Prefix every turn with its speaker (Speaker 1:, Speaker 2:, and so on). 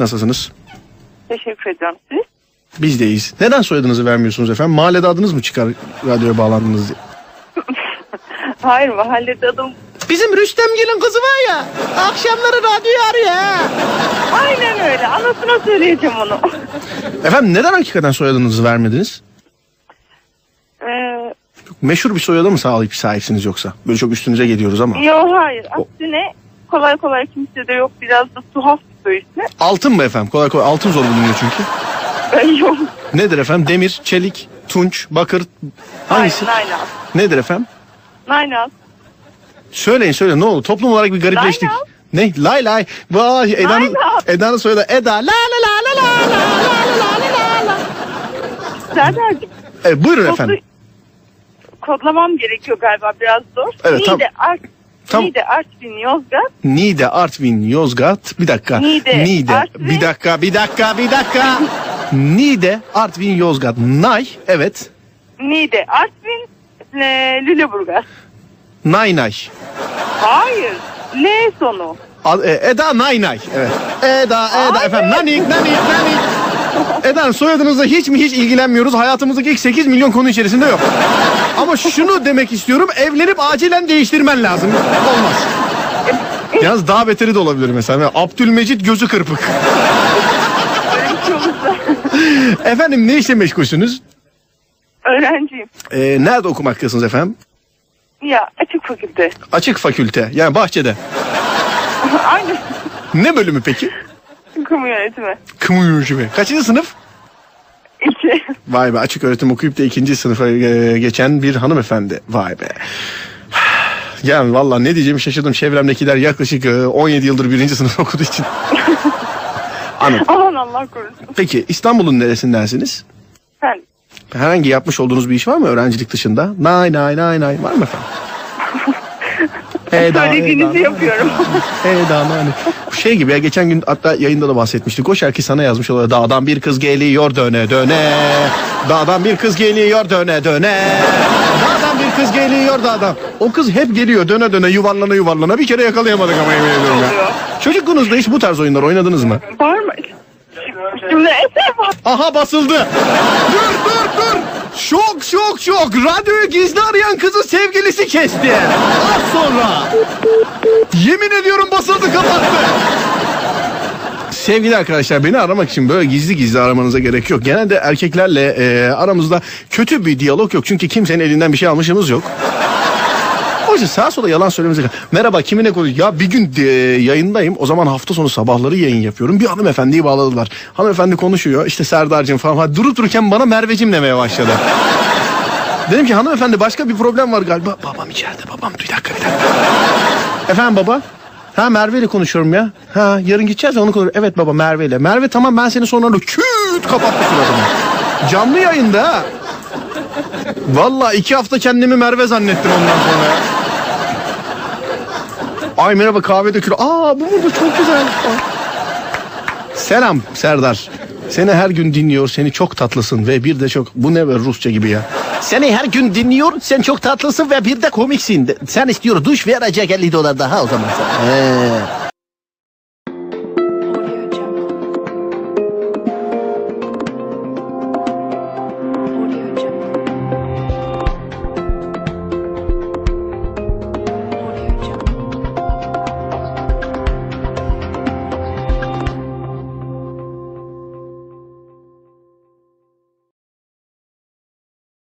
Speaker 1: Nasılsınız?
Speaker 2: Teşekkür ederim siz.
Speaker 1: Biz de iyiyiz. Neden soyadınızı vermiyorsunuz efendim? Mahallede adınız mı çıkar radyoya bağlandınız diye?
Speaker 2: Hayır mahallede adım.
Speaker 1: Bizim Rüstemgil'in kızı var ya. Akşamları radyoyu arıyor
Speaker 2: Aynen öyle. Anasına söyleyeceğim onu.
Speaker 1: Efendim neden hakikaten soyadınızı vermediniz?
Speaker 2: Ee,
Speaker 1: Meşhur bir soyada mı sahip, sahipsiniz yoksa? Böyle çok üstünüze geliyoruz ama.
Speaker 2: yok hayır. Aksine kolay kolay kimse de yok. Biraz da tuhaf bir soy ismi.
Speaker 1: Altın mı efendim? Kolay kolay altın zor bulunuyor çünkü.
Speaker 2: Ben yok.
Speaker 1: Nedir efendim? Demir, çelik, tunç, bakır. Hangisi?
Speaker 2: Hayır, Naynaz.
Speaker 1: Nedir efendim?
Speaker 2: Naynaz.
Speaker 1: Söyleyin söyle ne oldu? Toplum olarak bir garipleştik.
Speaker 2: Lay lay.
Speaker 1: Ne? Lay lay. Vay Eda'nın
Speaker 2: lay.
Speaker 1: Eda'nın soyadı Eda. La la la la la la la la la la la.
Speaker 2: Serdar'cığım.
Speaker 1: E, buyurun
Speaker 2: kodlu-
Speaker 1: efendim.
Speaker 2: Kodlamam gerekiyor galiba biraz zor.
Speaker 1: Evet, tam-
Speaker 2: Niğde, Art,
Speaker 1: tam-
Speaker 2: Niğde, Artvin, Yozgat.
Speaker 1: Niğde, Artvin, Yozgat. Bir dakika.
Speaker 2: Niğde, Artvin.
Speaker 1: Bir dakika, bir dakika, bir dakika. Niğde, Artvin, Yozgat. Nay, evet.
Speaker 2: Niğde, Artvin, e, Lüleburgaz.
Speaker 1: Nay nay.
Speaker 2: Hayır. L sonu.
Speaker 1: A- e, Eda Nay Nay. Evet. Eda, Eda
Speaker 2: Hayır.
Speaker 1: efendim. Nanik, nanik, nanik. Eda soyadınızla hiç mi hiç ilgilenmiyoruz. Hayatımızdaki ilk 8 milyon konu içerisinde yok. Ama şunu demek istiyorum. Evlenip acilen değiştirmen lazım. Olmaz. Yalnız daha beteri de olabilir mesela. Abdülmecit gözü kırpık.
Speaker 2: Böyle bir şey olursa
Speaker 1: Efendim ne işle meşgulsünüz?
Speaker 2: öğrenciyim.
Speaker 1: Ee, nerede okumaktasınız efendim?
Speaker 2: Ya açık fakülte.
Speaker 1: Açık fakülte. Yani bahçede.
Speaker 2: Aynen.
Speaker 1: Ne bölümü peki?
Speaker 2: Kamu yönetimi.
Speaker 1: Kamu yönetimi. Kaçıncı sınıf?
Speaker 2: İki.
Speaker 1: Vay be açık öğretim okuyup da ikinci sınıfa e, geçen bir hanımefendi. Vay be. Yani valla ne diyeceğimi şaşırdım. Çevremdekiler yaklaşık e, 17 yıldır birinci sınıf okuduğu için. Anladım.
Speaker 2: Aman Allah korusun.
Speaker 1: Peki İstanbul'un neresindensiniz?
Speaker 2: Sen
Speaker 1: Herhangi yapmış olduğunuz bir iş var mı öğrencilik dışında? Nay nay nay nay var mı efendim? Eda,
Speaker 2: söylediğinizi
Speaker 1: Eda.
Speaker 2: yapıyorum.
Speaker 1: Eda nane. Bu şey gibi ya geçen gün hatta yayında da bahsetmiştik. O şarkı sana yazmış oluyor. Dağdan bir kız geliyor döne döne. Dağdan bir kız geliyor döne döne. Dağdan bir kız geliyor dağdan. O kız hep geliyor döne döne yuvarlana yuvarlana. Bir kere yakalayamadık ama yemin ediyorum ya. Çocukluğunuzda hiç bu tarz oyunlar oynadınız mı?
Speaker 2: Var mı? Şimdi Eser var.
Speaker 1: Aha basıldı. Dur dur dur. Şok şok şok. Radyoyu gizli arayan kızı sevgilisi kesti. Az sonra. Yemin ediyorum basıldı kapattı. Sevgili arkadaşlar beni aramak için böyle gizli gizli aramanıza gerek yok. Genelde erkeklerle e, aramızda kötü bir diyalog yok. Çünkü kimsenin elinden bir şey almışımız yok. O yüzden sağa sola yalan söylememize Merhaba kimine konuş? Ya bir gün e, yayındayım. O zaman hafta sonu sabahları yayın yapıyorum. Bir hanımefendiyi bağladılar. Hanımefendi konuşuyor. İşte Serdar'cığım falan. Ha, durup dururken bana Merve'cim demeye başladı. Dedim ki hanımefendi başka bir problem var galiba. Babam içeride babam. Bir dakika bir dakika. Efendim baba? Ha Merve ile konuşuyorum ya. Ha yarın gideceğiz ya onu konuşuyorum. Evet baba Merve ile. Merve tamam ben seni sonra küt kapattı suratımı. Canlı yayında ha. Valla iki hafta kendimi Merve zannettim ondan sonra. ya. Ay merhaba kahve dökülüyor. Aa bu burada çok güzel. Ay. Selam Serdar. Seni her gün dinliyor, seni çok tatlısın ve bir de çok... Bu ne be Rusça gibi ya. Seni her gün dinliyor, sen çok tatlısın ve bir de komiksin. Sen istiyor duş verecek 50 dolar daha o zaman. He.